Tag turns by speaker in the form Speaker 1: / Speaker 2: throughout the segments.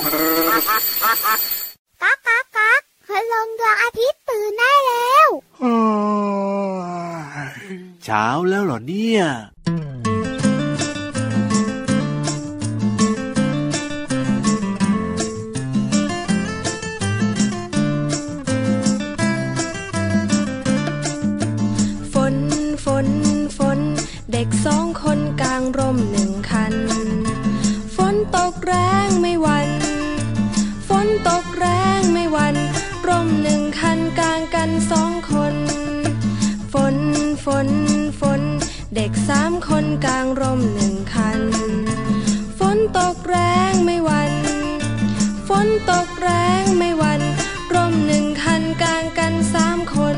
Speaker 1: กักกักกักพลงดวงอาทิตย์ตื่นได้แล้ว
Speaker 2: เช้าแล้วเหรอเนี่ย
Speaker 3: ฝน ฝน ฝน เด็กสองคนกลางร่มหนึ่งคัน ฝนตกแรงไม่หวัน ฝนตกแรงไม่หวัน ร่มหนึ่งคันกลางกันสองคน ฝน ฝน ฝน เด็กสามคนกลางร่มหนึ่งคัน ฝนตกแรงไม่หวัน ฝนตกแรงไม่หวัน ร่มหนึ่งคันกลางกันสามคน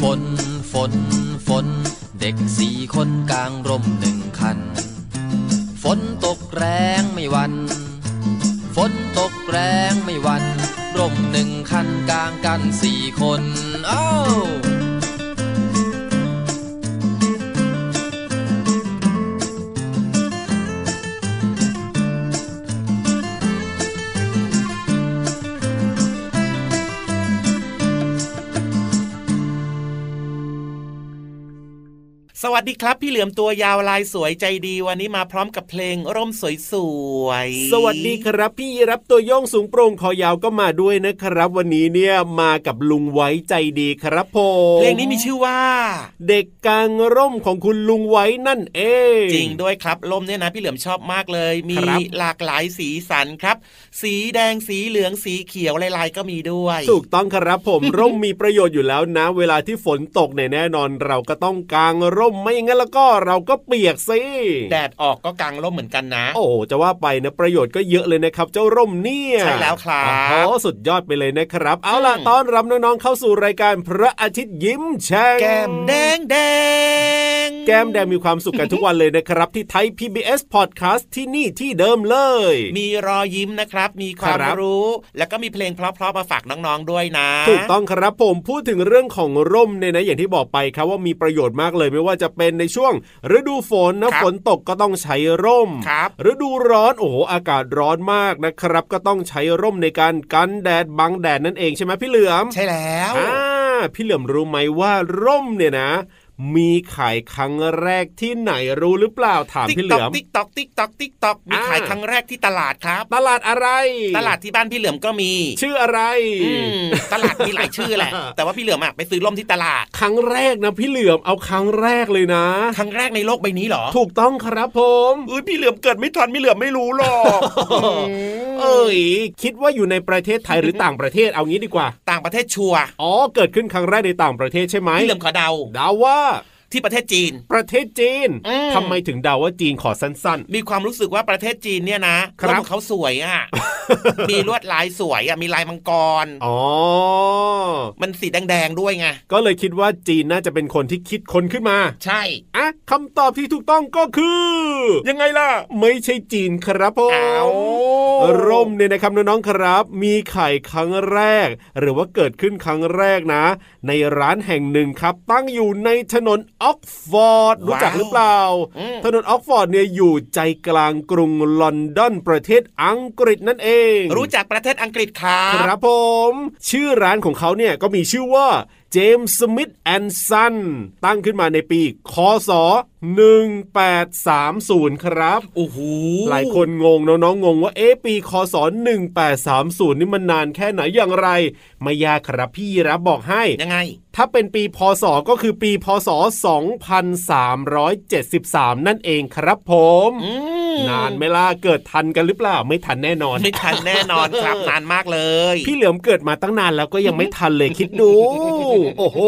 Speaker 4: ฝน ฝน ฝน เด็กสี่คนกลางร่มหนึ่งคัน ฝนตกแรงไม่หวัน ฝนตกแรงไม่หวัน ร่มหนึ่งคันกลางกันสี่คนเอ้า
Speaker 5: สวัสดีครับ พี่เหลือมตัวยาวลายสวยใจดีวันนี้มาพร้อมกับเพลงร่มสวยๆ
Speaker 6: สวัสดีครับพี่รับตัวโยงสูงโปร่งคอยาวก็มาด้วยนะครับ วันนี้เนี่ยมากับลุงไว้ใจดีครับผม
Speaker 5: เพลงนี้มีชื่อว่า
Speaker 6: เด็กกลางร่มของคุณลุงไว้นั่นเอง
Speaker 5: จริงด้วยครับลมเนี่ยนะพี่เหลือมชอบมากเลย มี
Speaker 6: ครับ
Speaker 5: หลากหลายสีสันครับ สีแดงสีเหลืองสีเขียวลายๆก็มีด้วย
Speaker 6: ถูกต้องครับผม ร่มมีประโยชน์อยู่แล้วนะ เวลาที่ฝนตกเนี่ยแน่นอนเราก็ต้องกางร่มไม่งั้นแล้วก็เราก็เปียกสิ
Speaker 5: แดดออกก็กางร่มเหมือนกันนะ
Speaker 6: โอ้โหจะว่าไปนะประโยชน์ก็เยอะเลยนะครับ เจ้าร่มเนี่ย
Speaker 5: ใช่แล้วครับ
Speaker 6: โอ้โหสุดยอดไปเลยนะครับ เอาล่ะ
Speaker 5: อืม
Speaker 6: ต้อนรับน้องๆเข้าสู่รายการพระอาทิตย์ยิ้มแฉ่ง
Speaker 5: แก้มแดงแดง
Speaker 6: แก้มแดงมีความสุขกันทุกวันเลยนะครับ ที่ไทย PBS Podcast ที่นี่ที่เดิมเลย
Speaker 5: มีรอยยิ้มนะครับ มีความ
Speaker 6: ครับ
Speaker 5: รู้ แล้วก็มีเพลงเพราะๆมาฝากน้องๆด้วยนะ
Speaker 6: ถูกต้องครับผมพูดถึงเรื่องของร่มเนี่ยนะอย่างที่บอกไปครับว่ามีประโยชน์มากเลยไม่ว่าจะเป็นในช่วง ฤดูฝนนะครับฝนตกก็ต้องใช้ร่ม
Speaker 5: ครับ
Speaker 6: ฤดูร้อนโอ้โหอากาศร้อนมากนะครับ ก็ต้องใช้ร่มในการกันแดดบังแดดนั่นเองใช่ไหมพี่เหลือม
Speaker 5: ใช่แล้ว
Speaker 6: อ่าพี่เหลือมรู้ไหมว่าร่มเนี่ยนะ มีขายครั้งแรกที่ไหนรู้หรือเปล่าถาม
Speaker 5: ติ๊ก
Speaker 6: พี่เห
Speaker 5: ต
Speaker 6: ลื
Speaker 5: อก
Speaker 6: อม
Speaker 5: ติ๊กตอกติ๊กตอกติ๊กตอกมี
Speaker 6: อ่า
Speaker 5: ขายครั้งแรกที่ตลาดครับ
Speaker 6: ตลาดอะไร
Speaker 5: ตลาดที่บ้านพี่เหลือมก็มี
Speaker 6: ชื่ออะไร
Speaker 5: อืมตลาดมีหลายชื่อแหละ แต่ว่าพี่เหลือมอะไปซื้อร่มที่ตลาด
Speaker 6: ครั้งแรกนะพี่เหลือมเอาครั้งแรกเลยนะ
Speaker 5: ครั้งแรกในโลกใบนี้เหรอ
Speaker 6: ถูกต้องครับผม
Speaker 5: เอ้ยพี่เหลือมเกิดไม่ทันพี่เหลือมไม่รู้หรอก
Speaker 6: เอ้ยคิดว่าอยู่ในประเทศไทยหรือต่างประเทศเอางี้ดีกว่า
Speaker 5: ต่างประเทศชัวร์
Speaker 6: อ๋อเกิดขึ้นครั้งแรกในต่างประเทศใช่ไหม
Speaker 5: พี่เหลือมขอเดา
Speaker 6: เดาว่า
Speaker 5: ที่ประเทศจีน
Speaker 6: ประเทศจีน
Speaker 5: อืม
Speaker 6: ทำไมถึงเดาว่าจีนขอสั้น
Speaker 5: มีความรู้สึกว่าประเทศจีนเนี่ยนะครับ ร่มของเขาสวยอ่ะ มีลวดลายสวยอ่ะมีลายมังกร
Speaker 6: ๆ อ๋อ
Speaker 5: มันสีแดงๆด้วยไง
Speaker 6: ก็เลยคิดว่าจีนน่าจะเป็นคนที่คิดค้นขึ้นมา
Speaker 5: ใช่
Speaker 6: อ่ะคำตอบที่ถูกต้องก็คือ
Speaker 5: ยังไงล่ะ
Speaker 6: ไม่ใช่จีนครับผม
Speaker 5: อ้าว
Speaker 6: ร่มเนี่ยนะครับน้องๆครับ มีไข่ครั้งแรก หรือว่าเกิดขึ้นครั้งแรกนะ ในร้านแห่งหนึ่งครับ ตั้งอยู่ในถนนออกฟอร์ดรู้จักหรือเปล่า ถนนออกฟอร์ดเนี่ยอยู่ใจกลางกรุงลอนดอนประเทศอังกฤษนั่นเอง
Speaker 5: รู้จักประเทศอังกฤษครั
Speaker 6: ครับ บผม ชื่อร้านของเขาเนี่ยก็มีชื่อว่าเจมส์สมิธแอนด์ซันตั้งขึ้นมาในปีคศ 1830 ครับ
Speaker 5: โอ้โห
Speaker 6: หลายคนงงน้องๆงงว่าเอ๊ะปีคศ1830 นี่มันนานแค่ไหนอย่างไร ไม่ยากครับพี่รับบอกให้
Speaker 5: ยังไง
Speaker 6: ถ้าเป็นปีพศก็คือปีพศ 2373 นั่นเองครับผม
Speaker 5: อืม
Speaker 6: นานไหม่ล่ะเกิดทันกันหรือเปล่า ไม่ทันแน่นอน
Speaker 5: ไม่ทันแน่นอนครับ นานมากเลย
Speaker 6: พี่เหลือมเกิดมาตั้งนานแล้วก็ยังไม่ทันเลยคิดดู โอ้โห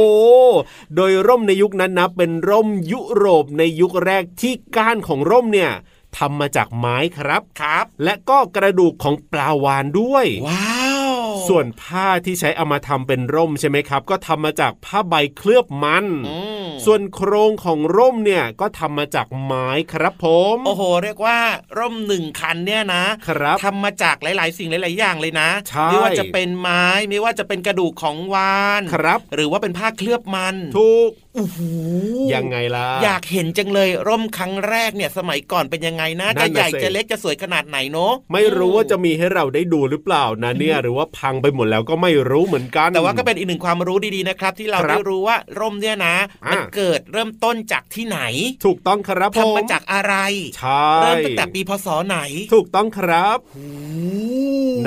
Speaker 6: โดยร่มในยุคนั้นนะเป็นร่มยุโรปในยุคแรกที่ก้านของร่มเนี่ยทำมาจากไม้ครับ
Speaker 5: ครับ
Speaker 6: และก็กระดูกของปลาวานด้วย
Speaker 5: ว้าว
Speaker 6: ส่วนผ้าที่ใช้เอามาทำเป็นร่มใช่ไหมครับ ก็ทำมาจากผ้าใบเคลือบมัน
Speaker 5: อืม
Speaker 6: ส่วนโครงของร่มเนี่ยก็ทำมาจากไม้ครับผม
Speaker 5: โอ้โห เรียกว่าร่มหนึ่งคันเนี่ยนะครับ ทำมาจากหลาย ๆ สิ่งหลาย ๆ อย่างเลยนะ
Speaker 6: ใช่
Speaker 5: ไม่ว่าจะเป็นไม้ ไม่ว่าจะเป็นกระดูกของวาน
Speaker 6: ครับ
Speaker 5: หรือว่าเป็นผ้าเคลือบมัน
Speaker 6: ถูก
Speaker 5: โอ้โห
Speaker 6: ยังไงล่ะ
Speaker 5: อยากเห็นจังเลยร่มครั้งแรกเนี่ย สมัยก่อนเป็นยังไงนะ
Speaker 6: นั่
Speaker 5: จะ
Speaker 6: นน่ะ
Speaker 5: ใหญ่
Speaker 6: สิ
Speaker 5: จะเล็กจะสวยขนาดไหนเนาะ
Speaker 6: ไม่รู้ว่าจะมีให้เราได้ดูหรือเปล่านะเนี่ย หรือว่าพังไปหมดแล้วก็ไม่รู้เหมือนกัน
Speaker 5: แต่ว่าก็เป็นอีกหนึ่งความรู้ดี ๆ นะครับ ที่เรา
Speaker 6: ครับ
Speaker 5: ได้รู้ว่าร่มเนี่ยนะ มัน
Speaker 6: อ่า
Speaker 5: เกิดเริ่มต้นจากที่ไหน
Speaker 6: ถูกต้องครับผม
Speaker 5: ทำมาจากอะไร
Speaker 6: ใช่
Speaker 5: เริ่มตั้งแต่ปีพศไหน
Speaker 6: ถูกต้องครับ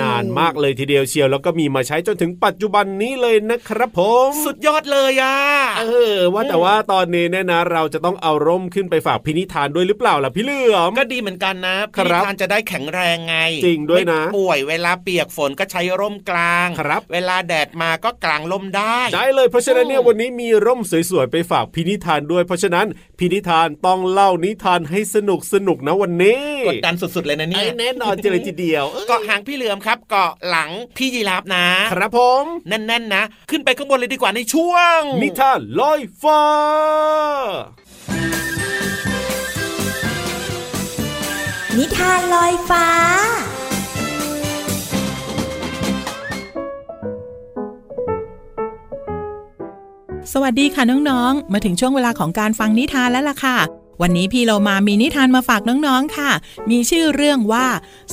Speaker 6: นานมากเลยทีเดียวเชียวแล้วก็มีมาใช้จนถึงปัจจุบันนี้เลยนะครับผม
Speaker 5: สุดยอดเลยอ่ะ
Speaker 6: เออ ว่าแต่ว่าตอนนี้เนี่ยนะ เราจะต้องเอาร่มขึ้นไปฝากพินิธานด้วยหรือเปล่าล่ะพี่เหลือม
Speaker 5: ก็ดีเหมือนกันนะครับ พี่ทานจะได้แข็งแรงไง
Speaker 6: จริงด้วยนะ
Speaker 5: ไม่ป่วยเวลาเปียกฝนก็ใช้ร่มกลาง
Speaker 6: ครับ
Speaker 5: เวลาแดดมาก็กลางร่มได้
Speaker 6: ได้เลยเพราะฉะนั้นเนี่ยวันนี้มีร่มสวยๆไปฝากพินิธานด้วย เพราะฉะนั้นพินิธานต้องเล่านิทานให้สนุกสนุกๆนะวันนี้
Speaker 5: กดดันสุดๆเลยนะเนี่
Speaker 6: ไอ้
Speaker 5: ย
Speaker 6: แน่นอนเจเลยทีเดียวเอ้ย
Speaker 5: เกาะหางพี่เหลือมครับ เกาะหลังพี่ยีราฟนะครับ
Speaker 6: ผม
Speaker 5: แน่นๆนะ ขึ้นไปข้างบนเลยดีกว่าในช่วง
Speaker 6: นิทานลอยฟ้า
Speaker 7: นิทานลอยฟ้า
Speaker 8: สวัสดีค่ะน้องๆ มาถึงช่วงเวลาของการฟังนิทานแล้วล่ะค่ะ วันนี้พี่เรามามีนิทานมาฝากน้องๆ ค่ะ มีชื่อเรื่องว่า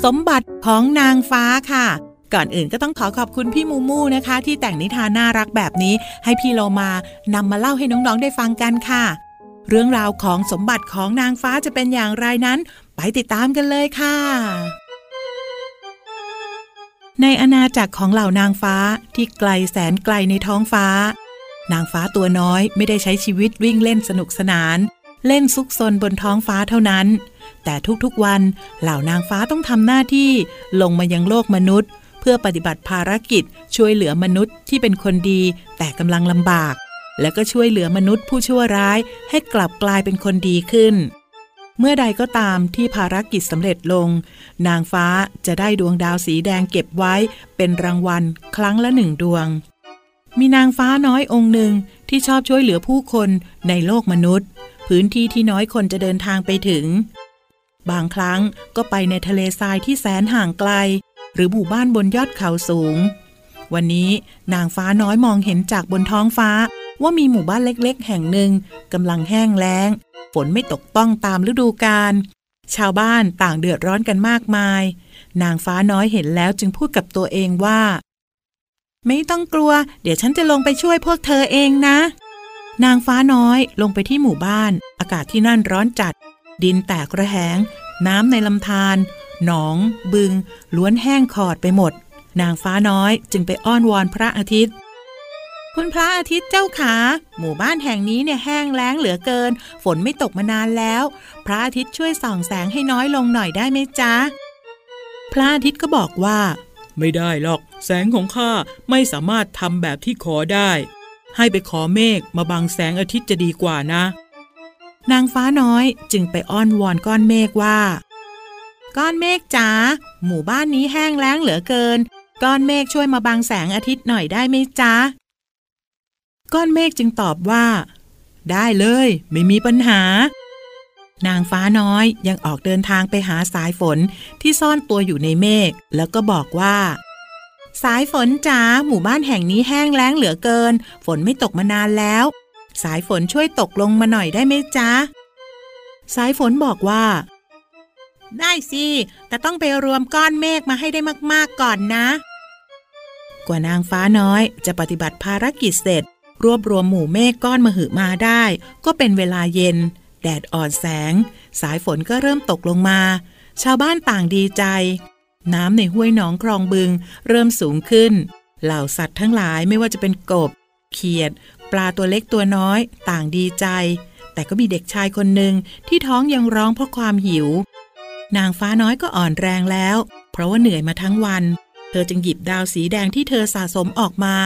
Speaker 8: สมบัติของนางฟ้าค่ะ ก่อนอื่นก็ต้องขอขอบคุณพี่มูมูนะคะ ที่แต่งนิทานน่ารักแบบนี้ ให้พี่เรามานำมาเล่าให้น้องๆ ได้ฟังกันค่ะ เรื่องราวของสมบัติของนางฟ้าจะเป็นอย่างไรนั้น ไปติดตามกันเลยค่ะ ในอาณาจักรของเหล่านางฟ้าที่ไกลแสนไกลในท้องฟ้า นางฟ้าตัวน้อยไม่ได้ใช้ชีวิตวิ่งเล่นสนุกสนาน เล่นซุกซนบนท้องฟ้าเท่านั้น แต่ทุกๆวันเหล่านางฟ้าต้องทำหน้าที่ลงมายังโลกมนุษย์ เพื่อปฏิบัติภารกิจ ช่วยเหลือมนุษย์ที่เป็นคนดี แต่กำลังลำบาก แล้วก็ช่วยเหลือมนุษย์ผู้ชั่วร้ายให้กลับกลายเป็นคนดีขึ้น เมื่อใดก็ตามที่ภารกิจสำเร็จลง นางฟ้าจะได้ดวงดาวสีแดงเก็บไว้ เป็นรางวัลครั้งละหนึ่งดวง มีนางฟ้าน้อยองค์หนึ่งที่ชอบช่วยเหลือผู้คนในโลกมนุษย์ พื้นที่ที่น้อยคนจะเดินทางไปถึง บางครั้งก็ไปในทะเลทรายที่แสนห่างไกล หรือหมู่บ้านบนยอดเขาสูง วันนี้นางฟ้าน้อยมองเห็นจากบนท้องฟ้า ว่ามีหมู่บ้านเล็กๆ แห่งหนึ่งกำลังแห้งแล้ง ฝนไม่ตกต้องตามฤดูกาลชาวบ้านต่างเดือดร้อนกันมากมาย นางฟ้าน้อยเห็นแล้วจึงพูดกับตัวเองว่า ไม่ต้องกลัว เดี๋ยวฉันจะลงไปช่วยพวกเธอเองนะ นางฟ้าน้อยลงไปที่หมู่บ้าน อากาศที่นั่นร้อนจัด ดินแตกระแหง น้ำในลำธารหนอง บึง ล้วนแห้งขอดไปหมด นางฟ้าน้อยจึงไปอ้อนวอนพระอาทิตย์ คุณพระอาทิตย์เจ้าขาหมู่บ้านแห่งนี้เนี่ยแห้งแล้งเหลือเกิน ฝนไม่ตกมานานแล้ว พระอาทิตย์ช่วยส่องแสงให้น้อยลงหน่อยได้ไหมจ๊ะ พระอาทิตย์ก็บอกว่า ไม่ได้หรอก แสงของข้าไม่สามารถทำแบบที่ขอได้ ให้ไปขอเมฆมาบังแสงอาทิตย์จะดีกว่านะ นางฟ้าน้อยจึงไปอ้อนวอนก้อนเมฆว่า ก้อนเมฆจ๋าหมู่บ้านนี้แห้งแล้งเหลือเกิน ก้อนเมฆช่วยมาบังแสงอาทิตย์หน่อยได้ไหมจ๊ะก้อนเมฆจึงตอบว่า ได้เลย ไม่มีปัญหา นางฟ้าน้อยยังออกเดินทางไปหาสายฝนที่ซ่อนตัวอยู่ในเมฆแล้วก็บอกว่า สายฝนจ๋าหมู่บ้านแห่งนี้แห้งแล้งเหลือเกิน ฝนไม่ตกมานานแล้ว สายฝนช่วยตกลงมาหน่อยได้ไหมจ๊ะ สายฝนบอกว่า ได้สิแต่ต้องไปรวมก้อนเมฆมาให้ได้มากๆก่อนนะ กว่านางฟ้าน้อยจะปฏิบัติภารกิจเสร็จ รวบรวมหมู่เมฆก้อนมหึมาได้ ก็เป็นเวลาเย็น แดดอ่อนแสง สายฝนก็เริ่มตกลงมา ชาวบ้านต่างดีใจ น้ำในห้วยหนองคลองบึง เริ่มสูงขึ้น เหล่าสัตว์ทั้งหลายไม่ว่าจะเป็นกบ เขียด ปลาตัวเล็กตัวน้อย ต่างดีใจ แต่ก็มีเด็กชายคนหนึ่งที่ท้องยังร้องเพราะความหิว นางฟ้าน้อยก็อ่อนแรงแล้ว เพราะว่าเหนื่อยมาทั้งวัน เธอจึงหยิบดาวสีแดงที่เธอสะสมออกมา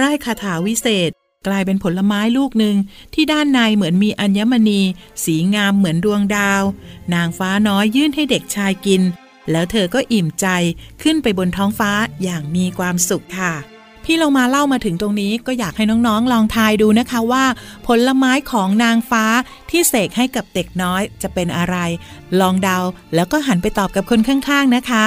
Speaker 8: ร่ายคาถาวิเศษ กลายเป็นผลไม้ลูกหนึ่งที่ด้านในเหมือนมีอัญมณี สีงามเหมือนดวงดาว นางฟ้าน้อยยื่นให้เด็กชายกิน แล้วเธอก็อิ่มใจขึ้นไปบนท้องฟ้าอย่างมีความสุขค่ะ พี่เรามาเล่ามาถึงตรงนี้ก็อยากให้น้องๆ ลองทายดูนะคะว่า ผลไม้ของนางฟ้าที่เสกให้กับเด็กน้อยจะเป็นอะไร ลองเดาแล้วก็หันไปตอบกับคนข้างๆนะคะ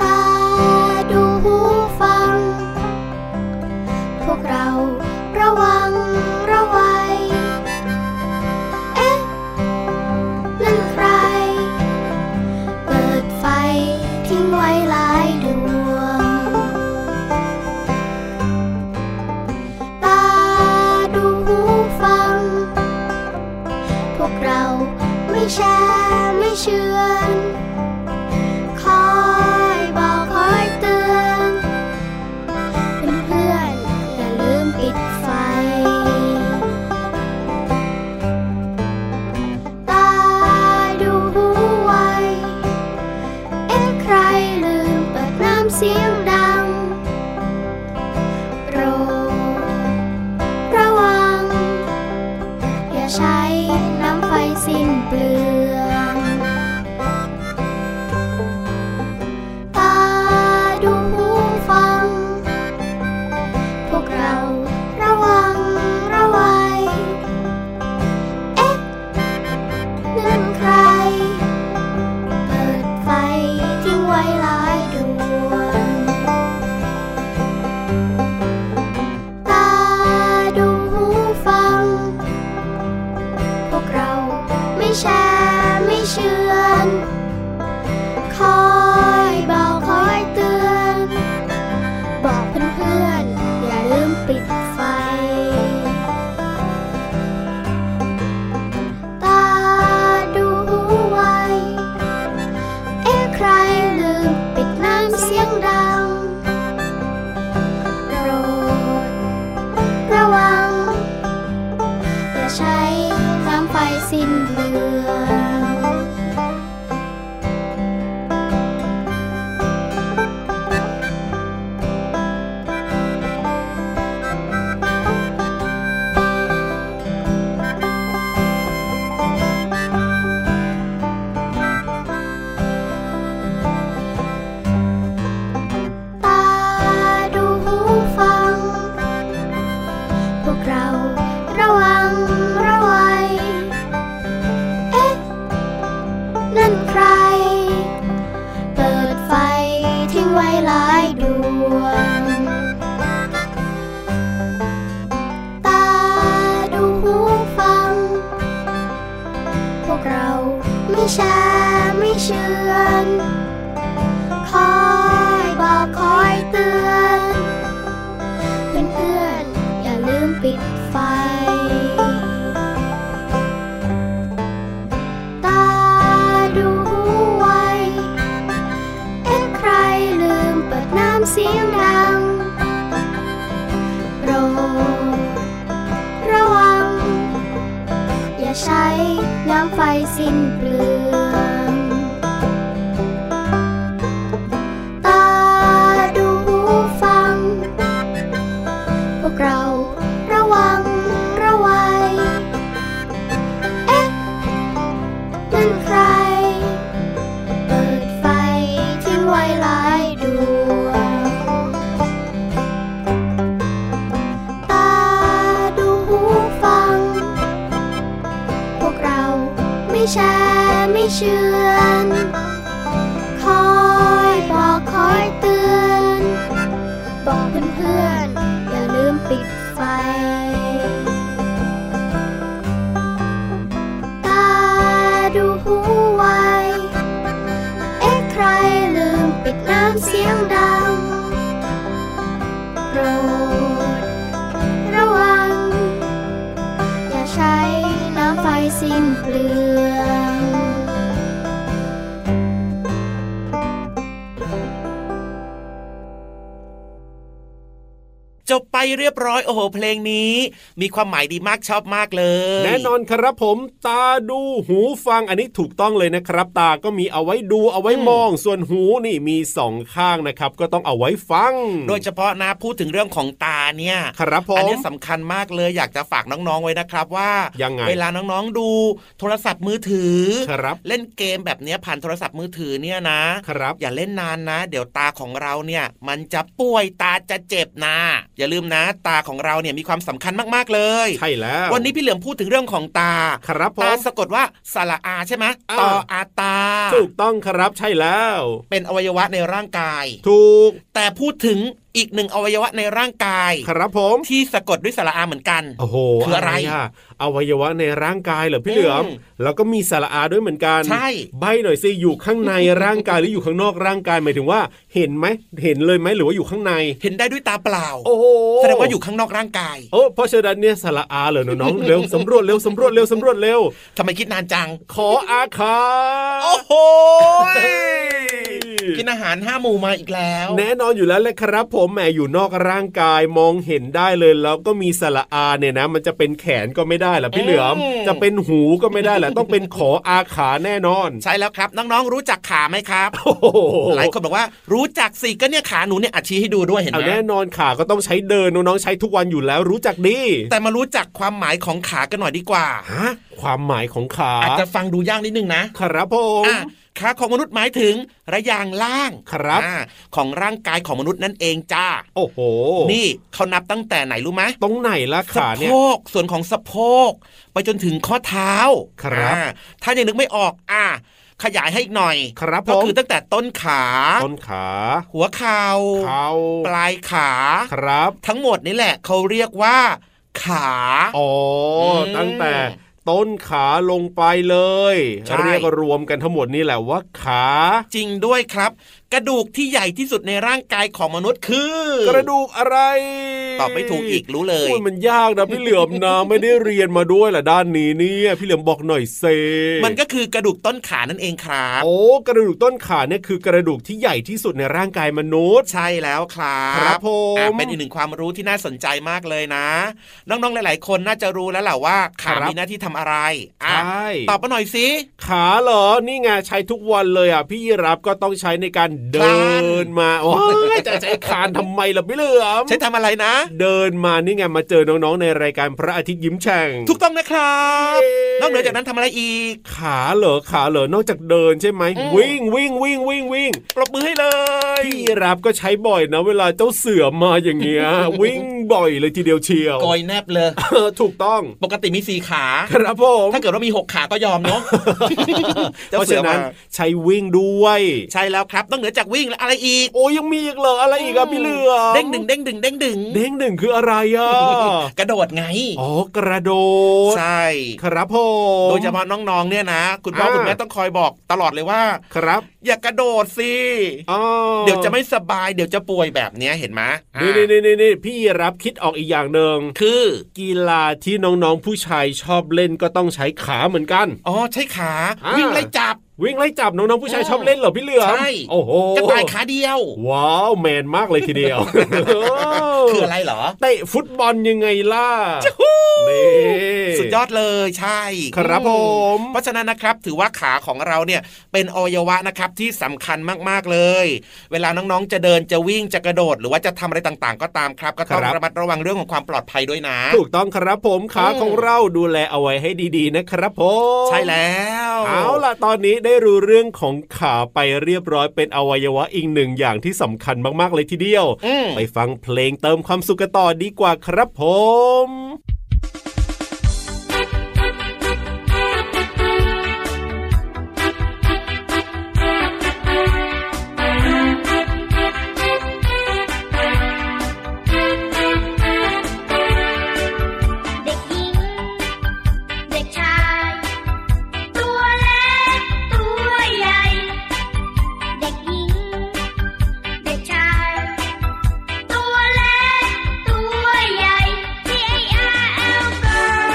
Speaker 7: ตาดูหูฟัง พวกเราระวังระวัย เอ๊ะ นั่นใคร เปิดไฟทิ้งไว้หลายดวง ตาดูหูฟัง พวกเราไม่แช่ไม่เชือน คอยบอกคอยเตือนเพื่อนๆอย่าลืมปิดไฟ ตาดูหูไว เอ๊ะใครลืมเปิดน้ำเสียงดังโปรดระวัง อย่าใช้น้ำไฟสิ้นเปลือง ตาดูหูฟัง พวกเราระวังระวัย เอ๊ะนั่นใคร เปิดไฟทิ้งไว้หลายดวง ตาดูหูฟัง พวกเราไม่แช่ไม่เชือน คอยบอกคอยเตือน บอกเพื่อนๆอย่าลืมปิดไฟ ตาดูไว เอ๊ะใครลืมปิดน้ำเสียงดังโปรดระวัง อย่าใช้น้ำไฟสิ้นเปลือง ตาดูหูฟัง พวกเราระวังระวัย เอ๊ะ นั่นใคร เปิดไฟทิ้งไว้หลายดวง ตาดูหูฟัง พวกเราไม่แช้าไม่เชือน คอยบอกคอยเตือน เพื่อนๆ อย่าลืมปิดไฟ ตาดูหูไว เอ๊ะใครลืมเปิดน้ำเสียงดังโปรดระวัง อย่าใช้น้ำไฟสิ้นเปลือง ตาดูหูฟัง พวกเราระวังระวัย เอ๊ะนั่นใคร เปิดไฟทิ้งไว้หลายดวง ตาดูหูฟัง พวกเราไม่แช่ไม่เชือน คอยบอกคอยเตือน บอกเพื่อนๆอย่าลืมปิดไฟ ตาดูหูไว เอ๊ะใครลืมปิดน้ำเสียงดังโปรดระวัง อย่าใช้น้ำไฟ สิ้นเปลือง
Speaker 5: จบไปเรียบร้อยโอ้โหเพลงนี้ มีความหมายดีมากชอบมากเลย
Speaker 6: แน่นอนครับผม ตาดูหูฟังอันนี้ถูกต้องเลยนะครับ ตาก็มีเอาไว้ดูเอาไว้มอง ส่วนหูนี่มีสองข้างนะครับ ก็ต้องเอาไว้ฟัง
Speaker 5: โดยเฉพาะนะพูดถึงเรื่องของตาเนี่ย
Speaker 6: ครับผ
Speaker 5: อัน
Speaker 6: ม
Speaker 5: นี้สำคัญมากเลยอยากจะฝากน้องๆไว้นะครับว่า
Speaker 6: ยังไง
Speaker 5: เวลาน้องๆดูโทรศัพท์มือถือ
Speaker 6: ครับ
Speaker 5: เล่นเกมแบบเนี้ยผ่านโทรศัพท์มือถือเนี่ยนะ
Speaker 6: ครับ
Speaker 5: อย่าเล่นนานนะ เดี๋ยวตาของเราเนี่ยมันจะป่วยตาจะเจ็บนะ อย่าลืมนะ ตาของเราเนี่ยมีความสำคัญมากๆเลย
Speaker 6: ใช่แล้ว
Speaker 5: วันนี้พี่เหลือมพูดถึงเรื่องของตา
Speaker 6: ครับผ
Speaker 5: ตาม สะกดว่าสระอาใช่ไหม
Speaker 6: อ่า
Speaker 5: ตออาตา
Speaker 6: ถูกต้องครับใช่แล้ว
Speaker 5: เป็นอวัยวะในร่างกาย
Speaker 6: ถูก
Speaker 5: แต่พูดถึงอีกหนึ่งอวัยวะในร่างกาย
Speaker 6: ครับผม
Speaker 5: ที่สะกดด้วยสระอาเหมือนกัน
Speaker 6: โอ้โห
Speaker 5: คืออะไร
Speaker 6: ะอวัยวะในร่างกายเหรอพี่เหลือม
Speaker 5: อืม
Speaker 6: แล้วก็มีสระอาด้วยเหมือนกัน
Speaker 5: ใช่
Speaker 6: ใบหน่อยสิอยู่ข้างใน ร่างกายหรือ อยู่ข้างนอกร่างกายหมายถึงว่า เห็นไหมเห็นเลยไหมหรือว่าอยู่ข้างใน
Speaker 5: เห็นได้ด้วยตาเปล่า
Speaker 6: โอ้โห
Speaker 5: แสดงว่าอยู่ข้างนอกร่างกาย
Speaker 6: โอ้เพราะฉะนั้นเนี่ยสระอาเหรอ น้องๆเร็วสำรวจเร็วสำรวจเร็วสำรวจเร็ว
Speaker 5: ทำไมคิดนานจัง
Speaker 6: ขออาคา
Speaker 5: โอ้โหกินอาหารห้าหมู่มาอีกแล้ว
Speaker 6: แน่นอนอยู่แล้วแหละครับผมแหมอยู่นอกร่างกายมองเห็นได้เลย แล้วก็มีสระอาเนี่ยนะ มันจะเป็นแขนก็ไม่ได้ล่ะพี่เหลือม
Speaker 5: อืม
Speaker 6: จะเป็นหูก็ไม่ได้แหละต้องเป็นขออาขาแน่นอน
Speaker 5: ใช่แล้วครับ น้องๆรู้จักขาไหมครับ
Speaker 6: โอ้โห
Speaker 5: หลายคนบอกว่ารู้จักสิก็เนี่ยขาหนูเนี่ยอาชี้ให้ดูด้วยเห็น
Speaker 6: เอา
Speaker 5: ไหม
Speaker 6: แน่นอนขาก็ต้องใช้เดินน้องๆใช้ทุกวันอยู่แล้วรู้จักดี
Speaker 5: แต่มารู้จักความหมายของขากันหน่อยดีกว่า
Speaker 6: ฮะความหมายของขา
Speaker 5: อาจจะฟังดูยากนิดนึงนะครับ
Speaker 6: ผม
Speaker 5: อ่ะขาของมนุษย์หมายถึงระยางล่าง
Speaker 6: ครับ
Speaker 5: อ่าของร่างกายของมนุษย์นั่นเองจ้า
Speaker 6: โอ้โห
Speaker 5: นี่เขานับตั้งแต่ไหนรู้ไหม
Speaker 6: ตรงไหนล่ะ
Speaker 5: สะ
Speaker 6: ขา
Speaker 5: โพ
Speaker 6: เนี่ย
Speaker 5: กส่วนของสะโพก ไปจนถึงข้อเท้า
Speaker 6: ครับ
Speaker 5: อ่าถ้ายังนึกไม่ออกอ่ะขยายให้อีกหน่อย
Speaker 6: ครับผ
Speaker 5: ก็
Speaker 6: ม
Speaker 5: คือตั้งแต่ต้นขา
Speaker 6: ต้นขา
Speaker 5: หัวเข่า
Speaker 6: เข่า
Speaker 5: ปลายขา
Speaker 6: ครับ
Speaker 5: ทั้งหมดนี่แหละเขาเรียกว่า ขา
Speaker 6: อ๋ออ
Speaker 5: ม
Speaker 6: ตั้งแต่ต้นขาลงไปเลย
Speaker 5: ใช่
Speaker 6: เรียกรวมกันทั้งหมดนี่แหละว่าขา
Speaker 5: จริงด้วยครับ กระดูกที่ใหญ่ที่สุดในร่างกายของมนุษย์คือก
Speaker 6: ระดูกอะไร
Speaker 5: ตอบไม่ถูกอีกรู้เลย
Speaker 6: โอ้ยมันยากนะพี่เหลือมนะ ไม่ได้เรียนมาด้วยล่ะด้านนี้เนี่ยพี่เหลือมบอกหน่อยเซ
Speaker 5: มันก็คือกระดูกต้นขานั่นเองครับ
Speaker 6: โอ้กระดูกต้นขาเนี่ยคือกระดูกที่ใหญ่ที่สุดในร่างกายมนุษย์
Speaker 5: ใช่แล้วครับ
Speaker 6: ครับผม
Speaker 5: อ่ะเป็นอีกหนึ่งความรู้ที่น่าสนใจมากเลยนะ น้องๆ หลาย ๆ คนน่าจะรู้แล้วแหละว่าขา
Speaker 6: ครับ
Speaker 5: มีหน้าที่ทำอะไรอ่ะ
Speaker 6: ใช่
Speaker 5: ตอบมาหน่อยสิ
Speaker 6: ขาเหรอ นี่ไงใช้ทุกวันเลยอ่ะ พี่ยีรับก็ต้องใช้ในการเดินมาโอ้ยจะใช้คานทำไมล่ะพี่เหลือม
Speaker 5: ใช้ทำอะไรนะ
Speaker 6: เดินมานี่ไงมาเจอน้องๆ ในรายการพระอาทิตย์ยิ้มแฉ่ง
Speaker 5: ถูกต้องนะครับ
Speaker 6: เย้
Speaker 5: นอกเหนือจากนั้นทำอะไรอีก
Speaker 6: ขาเหรอขาเหรอนอกจากเดินใช่ไหม
Speaker 5: อืม
Speaker 6: วิ่งวิ่งวิ่งวิ่งวิ่ง
Speaker 5: ปรบมือให้เลย
Speaker 6: พี่รับก็ใช้บ่อยนะ เวลาเจ้าเสือมาอย่างเงี้ ย วิ่งบ่อยเลยทีเดียวเชียว
Speaker 5: กอยแนบเลย
Speaker 6: เออ ถูกต้อง
Speaker 5: ปกติมีสี่ขา
Speaker 6: ครับผม
Speaker 5: ถ้าเกิดว่ามีหกขาก็ยอมเนาะ
Speaker 6: เพราะฉะนั้นใช้วิ่งด้วย
Speaker 5: ใช่แล้วครับนอกเหนือจากวิ่งแล้วอะไรอีก
Speaker 6: โอ้ยยังมีอีกเหรออะไรอีกอะพี่เหลือม
Speaker 5: เด้งดึงเด้งดึงเด้งดึง
Speaker 6: เด้งหนึ่งคืออะไรอ่ะ
Speaker 5: กระโดดไง
Speaker 6: อ๋อกระโดด
Speaker 5: ใช่
Speaker 6: ครับผม
Speaker 5: โดยเฉพาะน้องๆ เนี่ยนะ คุณพ่อ
Speaker 6: อ่า
Speaker 5: คุณแม่ต้องคอยบอกตลอดเลยว่า
Speaker 6: ครับ
Speaker 5: อย่ากระโดดสิ
Speaker 6: อ๋อ
Speaker 5: เดี๋ยวจะไม่สบายเดี๋ยวจะป่วยแบบเนี้ยเห็นไหมอ่า
Speaker 6: นี่นี่นี่นี่พี่รับคิดออกอีกอย่างหนึ่ง
Speaker 5: คือ
Speaker 6: กีฬาที่น้องๆผู้ชายชอบเล่นก็ต้องใช้ขาเหมือนกัน
Speaker 5: อ๋อใช้ขา
Speaker 6: อ่า
Speaker 5: วิ่งไล่จับ
Speaker 6: วิ่งไล่จับน้องๆผู้ชาย
Speaker 5: อืม
Speaker 6: ชอบเล่นเหรอพี่เหลือม
Speaker 5: ใช่
Speaker 6: โอ้โห
Speaker 5: กระต่ายขาเดียว
Speaker 6: ว้าวแมนมากเลยทีเดียว
Speaker 5: คืออะไรเหรอ
Speaker 6: เตะฟุตบอลยังไงล่ะนี่
Speaker 5: สุดยอดเลยใช่
Speaker 6: ครับผ
Speaker 5: อืม
Speaker 6: ม
Speaker 5: เพราะฉะนั้นนะครับถือว่าขาของเราเนี่ยเป็นอวัยวะนะครับที่สำคัญมากๆเลย เวลาน้องๆจะเดินจะวิ่งจะกระโดด หรือว่าจะทำอะไรต่างๆ ก็ตามครับ ก็ต้อง
Speaker 6: ครับ
Speaker 5: ระมัดระวังเรื่องของความปลอดภัยด้วยนะ
Speaker 6: ถูกต้องครับผมขาของเราดูแลเอาไว้ให้ดีๆนะครับผม
Speaker 5: ใช่แล้ว
Speaker 6: เอาล่ะตอนนี้ได้รู้เรื่องของขาไปเรียบร้อยเป็นอวัยวะอีกหนึ่งอย่างที่สำคัญมากๆเลยทีเดียว
Speaker 5: อืม
Speaker 6: ไปฟังเพลงเติมความสุขกันต่อดีกว่าครับผม
Speaker 7: เด็กหญิง เด็กชาย ตัวเล็กตัวใหญ่ เด็กหญิง เด็กชาย ตัวเล็กตัวใหญ่ C A R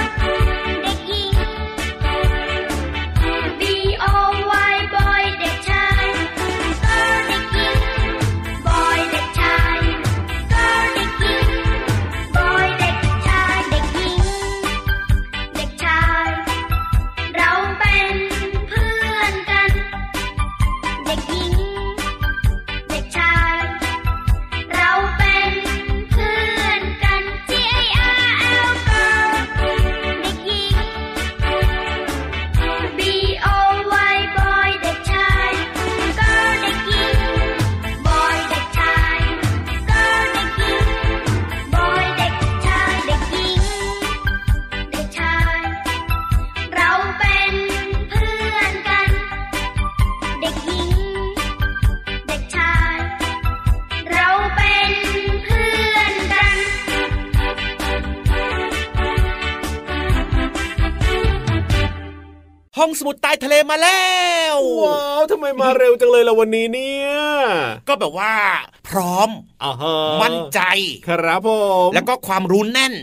Speaker 5: ห้องสมุดใต้ทะเลมาแล้ว
Speaker 6: ว้าวทำไมมาเร็วจังเลยล่ะวันนี้เนี่ย
Speaker 5: ก็แบบว่า พร้อม
Speaker 6: อ่าฮะ
Speaker 5: มั่นใจ
Speaker 6: ครับผม
Speaker 5: แล้วก็ความรู้แน่น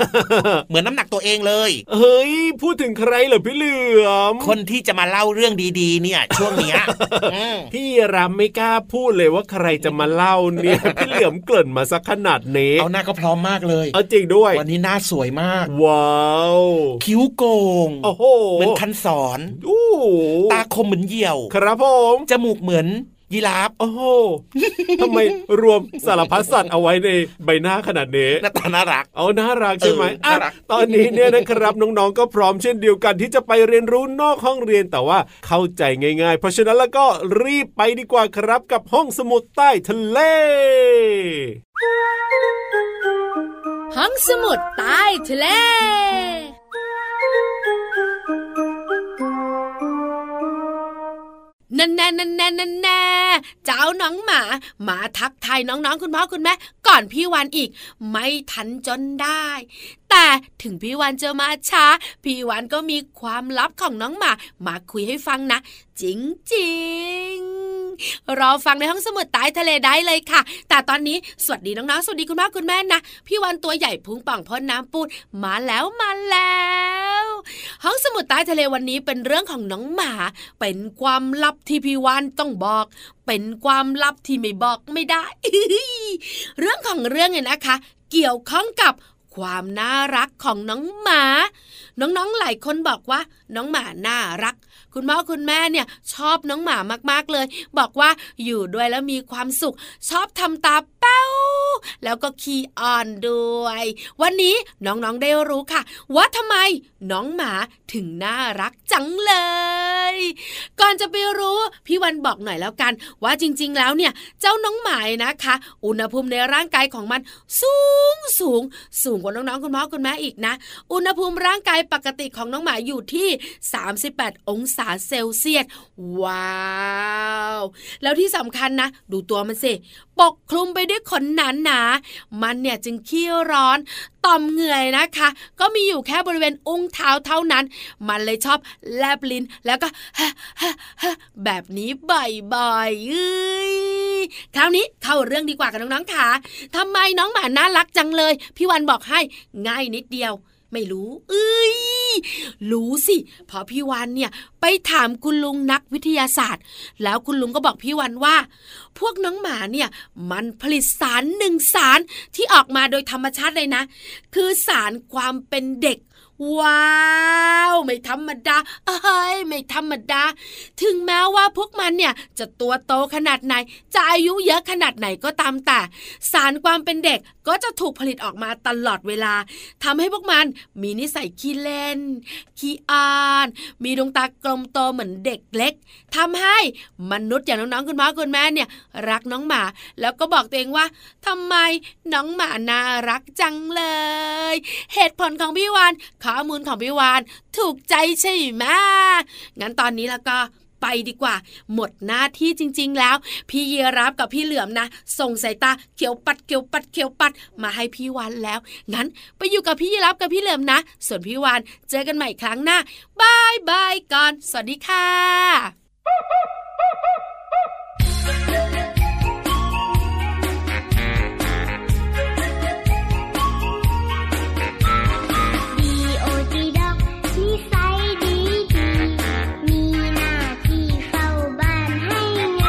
Speaker 5: เหมือนน้ำหนักตัวเองเลย
Speaker 6: เฮ้ยพูดถึงใครเหรอพี่เหลือม
Speaker 5: คนที่จะมาเล่าเรื่องดีๆ เนี่ย ช่วงเนี้ย อืม
Speaker 6: พี่รำไม่กล้าพูดเลยว่าใครจะมาเล่า เนี่ย พี่เหลือมเกริ่นมาสักขนาดนี้
Speaker 5: เอาหน้าก็พร้อมมากเลย
Speaker 6: เอาจริงด้วย
Speaker 5: วันนี้หน้าสวยมาก
Speaker 6: ว้าว
Speaker 5: คิ้วโกง
Speaker 6: โอ้โห
Speaker 5: เหมือนคันสอน
Speaker 6: โอ้โห
Speaker 5: ตาคมเหมือนเหยี่ยว
Speaker 6: ครับผม
Speaker 5: จมูกเหมือนยีราฟ
Speaker 6: โอ้โหทำไมรวมสารพัดสัตว์เอาไว้ในใบหน้าขนาดนี้
Speaker 5: หน้าตาน่ารัก
Speaker 6: เอาน่ารักใช่ไหม
Speaker 5: เออ
Speaker 6: อ่ะ
Speaker 5: น่ารัก
Speaker 6: ตอนนี้เนี่ยนะครับ น้องๆ ก็พร้อมเช่นเดียวกันที่จะไปเรียนรู้นอกห้องเรียนแต่ว่าเข้าใจง่าย ๆ เพราะฉะนั้นแล้วก็รีบไปดีกว่าครับกับห้องสมุดใต้ทะเล
Speaker 3: ห้องสมุดใต้ทะเล นันแน่นันแน่นันแน่เจ้าน้องหมา มาทักทายน้องๆ คุณพ่อคุณแม่ ก่อนพี่วันอีก ไม่ทันจนได้ แต่ถึงพี่วันจะมาช้า พี่วันก็มีความลับของน้องหมา มาคุยให้ฟังนะ จริงๆ รอฟังในห้องสมุดใต้ทะเลได้เลยค่ะ แต่ตอนนี้สวัสดีน้องๆ สวัสดีคุณพ่อคุณแม่นะ พี่วันตัวใหญ่พุงป่องพ่นน้ำปูดมาแล้วมาแล้ว ห้องสมุดใต้ทะเลวันนี้เป็นเรื่องของน้องหมา เป็นความลับที่พี่วันต้องบอก เป็นความลับที่ไม่บอกไม่ได้ เรื่องของเรื่องเนี่ยนะคะ เกี่ยวข้องกับความน่ารักของน้องหมา น้องๆหลายคนบอกว่า น้องหมาน่ารัก คุณพ่อคุณแม่เนี่ยชอบน้องหมามากๆเลย บอกว่าอยู่ด้วยแล้วมีความสุข ชอบทำตาแป้ว แล้วก็ขี้อ่อนด้วย วันนี้น้องๆได้รู้ค่ะ ว่าทำไมน้องหมาถึงน่ารักจังเลย ก่อนจะไปรู้ พี่วันบอกหน่อยแล้วกัน ว่าจริงๆแล้วเนี่ย เจ้าน้องหมานะคะ อุณหภูมิในร่างกายของมัน สูงสูง สูงกว่าน้องๆคุณพ่อคุณแม่อีกนะ อุณหภูมิร่างกายปกติของน้องหมาอยู่ที่ 38 องศาเซลเซียส ว้าว แล้วที่สำคัญนะ ดูตัวมันสิ ปกคลุมไปด้วยขนหนาๆ มันเนี่ยจึงขี้ร้อน ต่อมเหงื่อยนะคะ ก็มีอยู่แค่บริเวณอุ้งเท้าเท่านั้น มันเลยชอบแลบลิ้น แล้วก็ แบบนี้บ่อยๆเอ้ยคราวนี้เข้าเรื่องดีกว่ากันน้องๆค่ะ ทำไมน้องหมาน่ารักจังเลย พี่วันบอกให้ง่ายนิดเดียว ไม่รู้ เอ้ยรู้สิเพราะพี่วันเนี่ยไปถามคุณลุงนักวิทยาศาสตร์ แล้วคุณลุงก็บอกพี่วันว่า พวกน้องหมาเนี่ยมันผลิตสารหนึ่งสารที่ออกมาโดยธรรมชาติเลยนะ คือสารความเป็นเด็ก ว้าว ไม่ธรรมดา เอ้ยไม่ธรรมดา ถึงแม้ว่าพวกมันเนี่ยจะตัวโตขนาดไหน จะอายุเยอะขนาดไหนก็ตามแต่ สารความเป็นเด็กก็จะถูกผลิตออกมาตลอดเวลาทำให้พวกมันมีนิสัยขี้เล่น ขี้อาน มีดวงตากลมโตเหมือนเด็กเล็กทำให้มนุษย์อย่างน้องๆคุณพ่อคุณแม่เนี่ย รักน้องหมา แล้วก็บอกตัวเองว่าทำไมน้องหมาน่ารักจังเลย เหตุผลของพี่วานข้อมูลของพี่วานถูกใจใช่ไหมงั้นตอนนี้แล้วก็ไปดีกว่า หมดหน้าที่จริง ๆ แล้ว พี่เยรับกับพี่เหลือมนะส่งสายตาเขียวปัดเขียวปัดเขียวปัดมาให้พี่วานแล้ว งั้นไปอยู่กับพี่เยรับกับพี่เหลือมนะ ส่วนพี่วานเจอกันใหม่ครั้งหน้าบายบายก่อน สวัสดีค่ะ
Speaker 9: D.O.D. ด็อกนิสัยดีดีมีหน้าที่เฝ้าบ้านให้ไง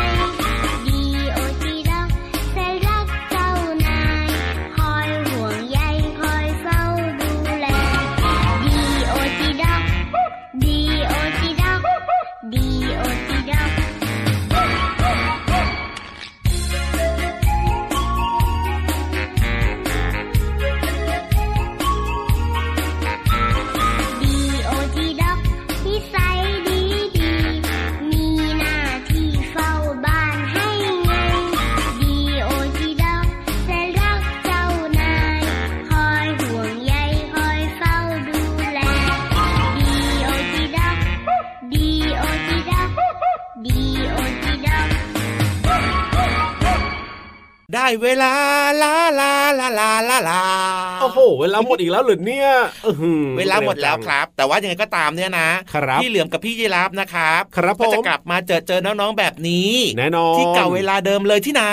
Speaker 9: D.O.D. ด็อกใจรักเจ้านาย คอยห่วงใยคอยเฝ้าดูแล D.O.D. ด็อก D.O.D. ด็อก D.O.D. ด็อก
Speaker 5: ได้เวลาลาลาลาลาลาลา
Speaker 6: โอ้โหเวลาหมดอีกแล้วเหรือเนี่ยอื้อหือ
Speaker 5: เวลาหมดแล้วค
Speaker 6: เวจัง
Speaker 5: รับ แต่ว่ายังไงก็ตามเนี่ยนะครับ พี่เหลือมกับพี่ยีราฟนะครับ
Speaker 6: ครับ
Speaker 5: ก็จะ
Speaker 6: ผม
Speaker 5: กลับมาเจอเจอน้องๆแบบนี้
Speaker 6: แน่นอน
Speaker 5: ที่เก่าเวลาเดิมเลยที่ไหน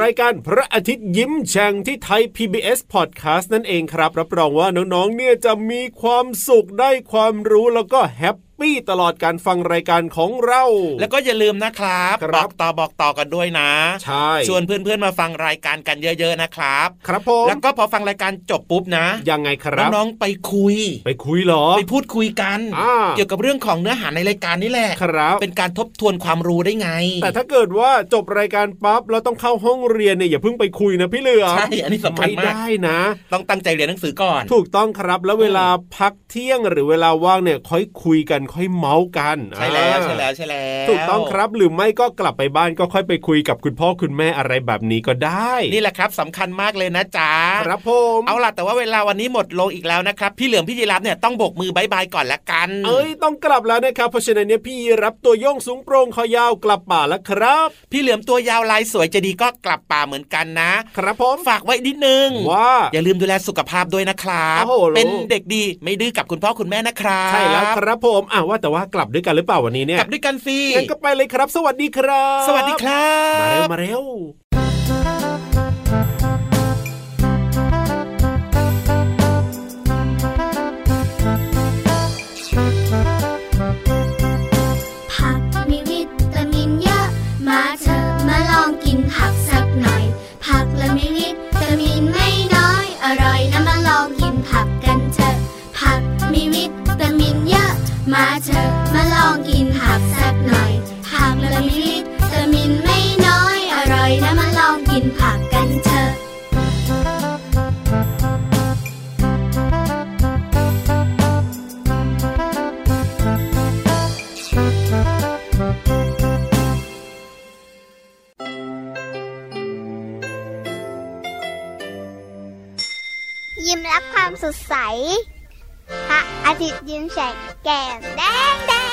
Speaker 6: รายการพระอาทิตย์ยิ้มแฉ่งที่ไทย PBS Podcast นั่นเองครับ รับรองว่าน้องๆ เนี่ยจะมีความสุขได้ความรู้แล้วก็แฮปปี้ตลอดการฟังรายการของเรา
Speaker 5: แล้วก็อย่าลืมนะครับ
Speaker 6: ครับ
Speaker 5: อกต่อบอกต่อกันด้วยนะ
Speaker 6: ใช่
Speaker 5: ชวนเพื่อนๆมาฟังรายการกันเยอะ ๆนะครับ
Speaker 6: ครับผม
Speaker 5: แล้วก็พอฟังรายการจบปุ๊บนะ
Speaker 6: ยังไงครับ
Speaker 5: น้องๆไปคุย
Speaker 6: ไปคุยเหรอ
Speaker 5: ไปพูดคุยกัน
Speaker 6: อ่า
Speaker 5: เกี่ยวกับเรื่องของเนื้อหาในรายการนี่แหละ
Speaker 6: ครับ
Speaker 5: เป็นการทบทวนความรู้ได้ไง
Speaker 6: แต่ถ้าเกิดว่าจบรายการปั๊บแล้วต้องเข้าห้องเรียนเนี่ยอย่าเพิ่งไปคุยนะพี่เหลือม
Speaker 5: ใช่ อันนี้สำคัญ
Speaker 6: ไม่
Speaker 5: มาก
Speaker 6: ได้นะ
Speaker 5: ต้องตั้งใจเรียนหนังสือก่อน
Speaker 6: ถูกต้องครับแล้วเวลาพักเที่ยงหรือเวลาว่างเนี่ยค่อยคุยกันค่อยเมาส์กัน
Speaker 5: ใช่แล้ว
Speaker 6: อ่า
Speaker 5: ใช่แล้วใช่แล้ว
Speaker 6: ถูกต้องครับหรือไม่ก็กลับไปบ้านก็ค่อยไปคุยกับคุณพ่อคุณแม่อะไรแบบนี้ก็ได้
Speaker 5: นี่แหละครับสำคัญมากเลยนะจ๊ะ
Speaker 6: ครับผม
Speaker 5: เอาล่ะแต่ว่าเวลาวันนี้หมดลงอีกแล้วนะครับ พี่เหลือมพี่ยีรับเนี่ยต้องโบกมือบายบายก่อนละกัน
Speaker 6: เอ้ยต้องกลับแล้วนะครับเพราะฉะนั้นเนี่ยพี่รับตัวโยงสูงโปร่งคอยาวกลับป่าแล้วครับ
Speaker 5: พี่เหลือมตัวยาวลายสวยใจะดีก็กลับป่าเหมือนกันนะ
Speaker 6: ครับผม
Speaker 5: ฝากไว้นิดนึง
Speaker 6: ว่า
Speaker 5: อย่าลืมดูแลสุขภาพด้วยนะครับ
Speaker 6: โอ้โห
Speaker 5: เป็นเด็กดีไม่ดื้อกับคุณพ่อคุณแม่นะครับ
Speaker 6: ใช่แล้วครับผมอ่ะว่าแต่ว่ากลับด้วยกันหรือเปล่าวันนี้เนี่
Speaker 5: ก
Speaker 6: ย
Speaker 5: ลับด้วยกันสิ
Speaker 6: งั้นก็ไปเลยครับ สวัสดีครับ
Speaker 5: สวัสดีครั
Speaker 6: มาเร็
Speaker 5: บ
Speaker 6: วมาเร็ว
Speaker 7: ผักมีวิตามินเยอะ มาเถอะมาลองกินผักสักหน่อย ผักและมีวิตามินไม่น้อย อร่อยนะมาลองกินผักกันเถอะ ผักมีวิตามินเยอะ มาเถอะมาลองกินผักสักหน่อย ผักและมีวิตามินไม่น้อย อร่อยนะมาลองกินผักกันเถอะ
Speaker 1: ยิ้มรับความสดใส พระอาทิตย์ยิ้มแฉกแก้มแดงแดง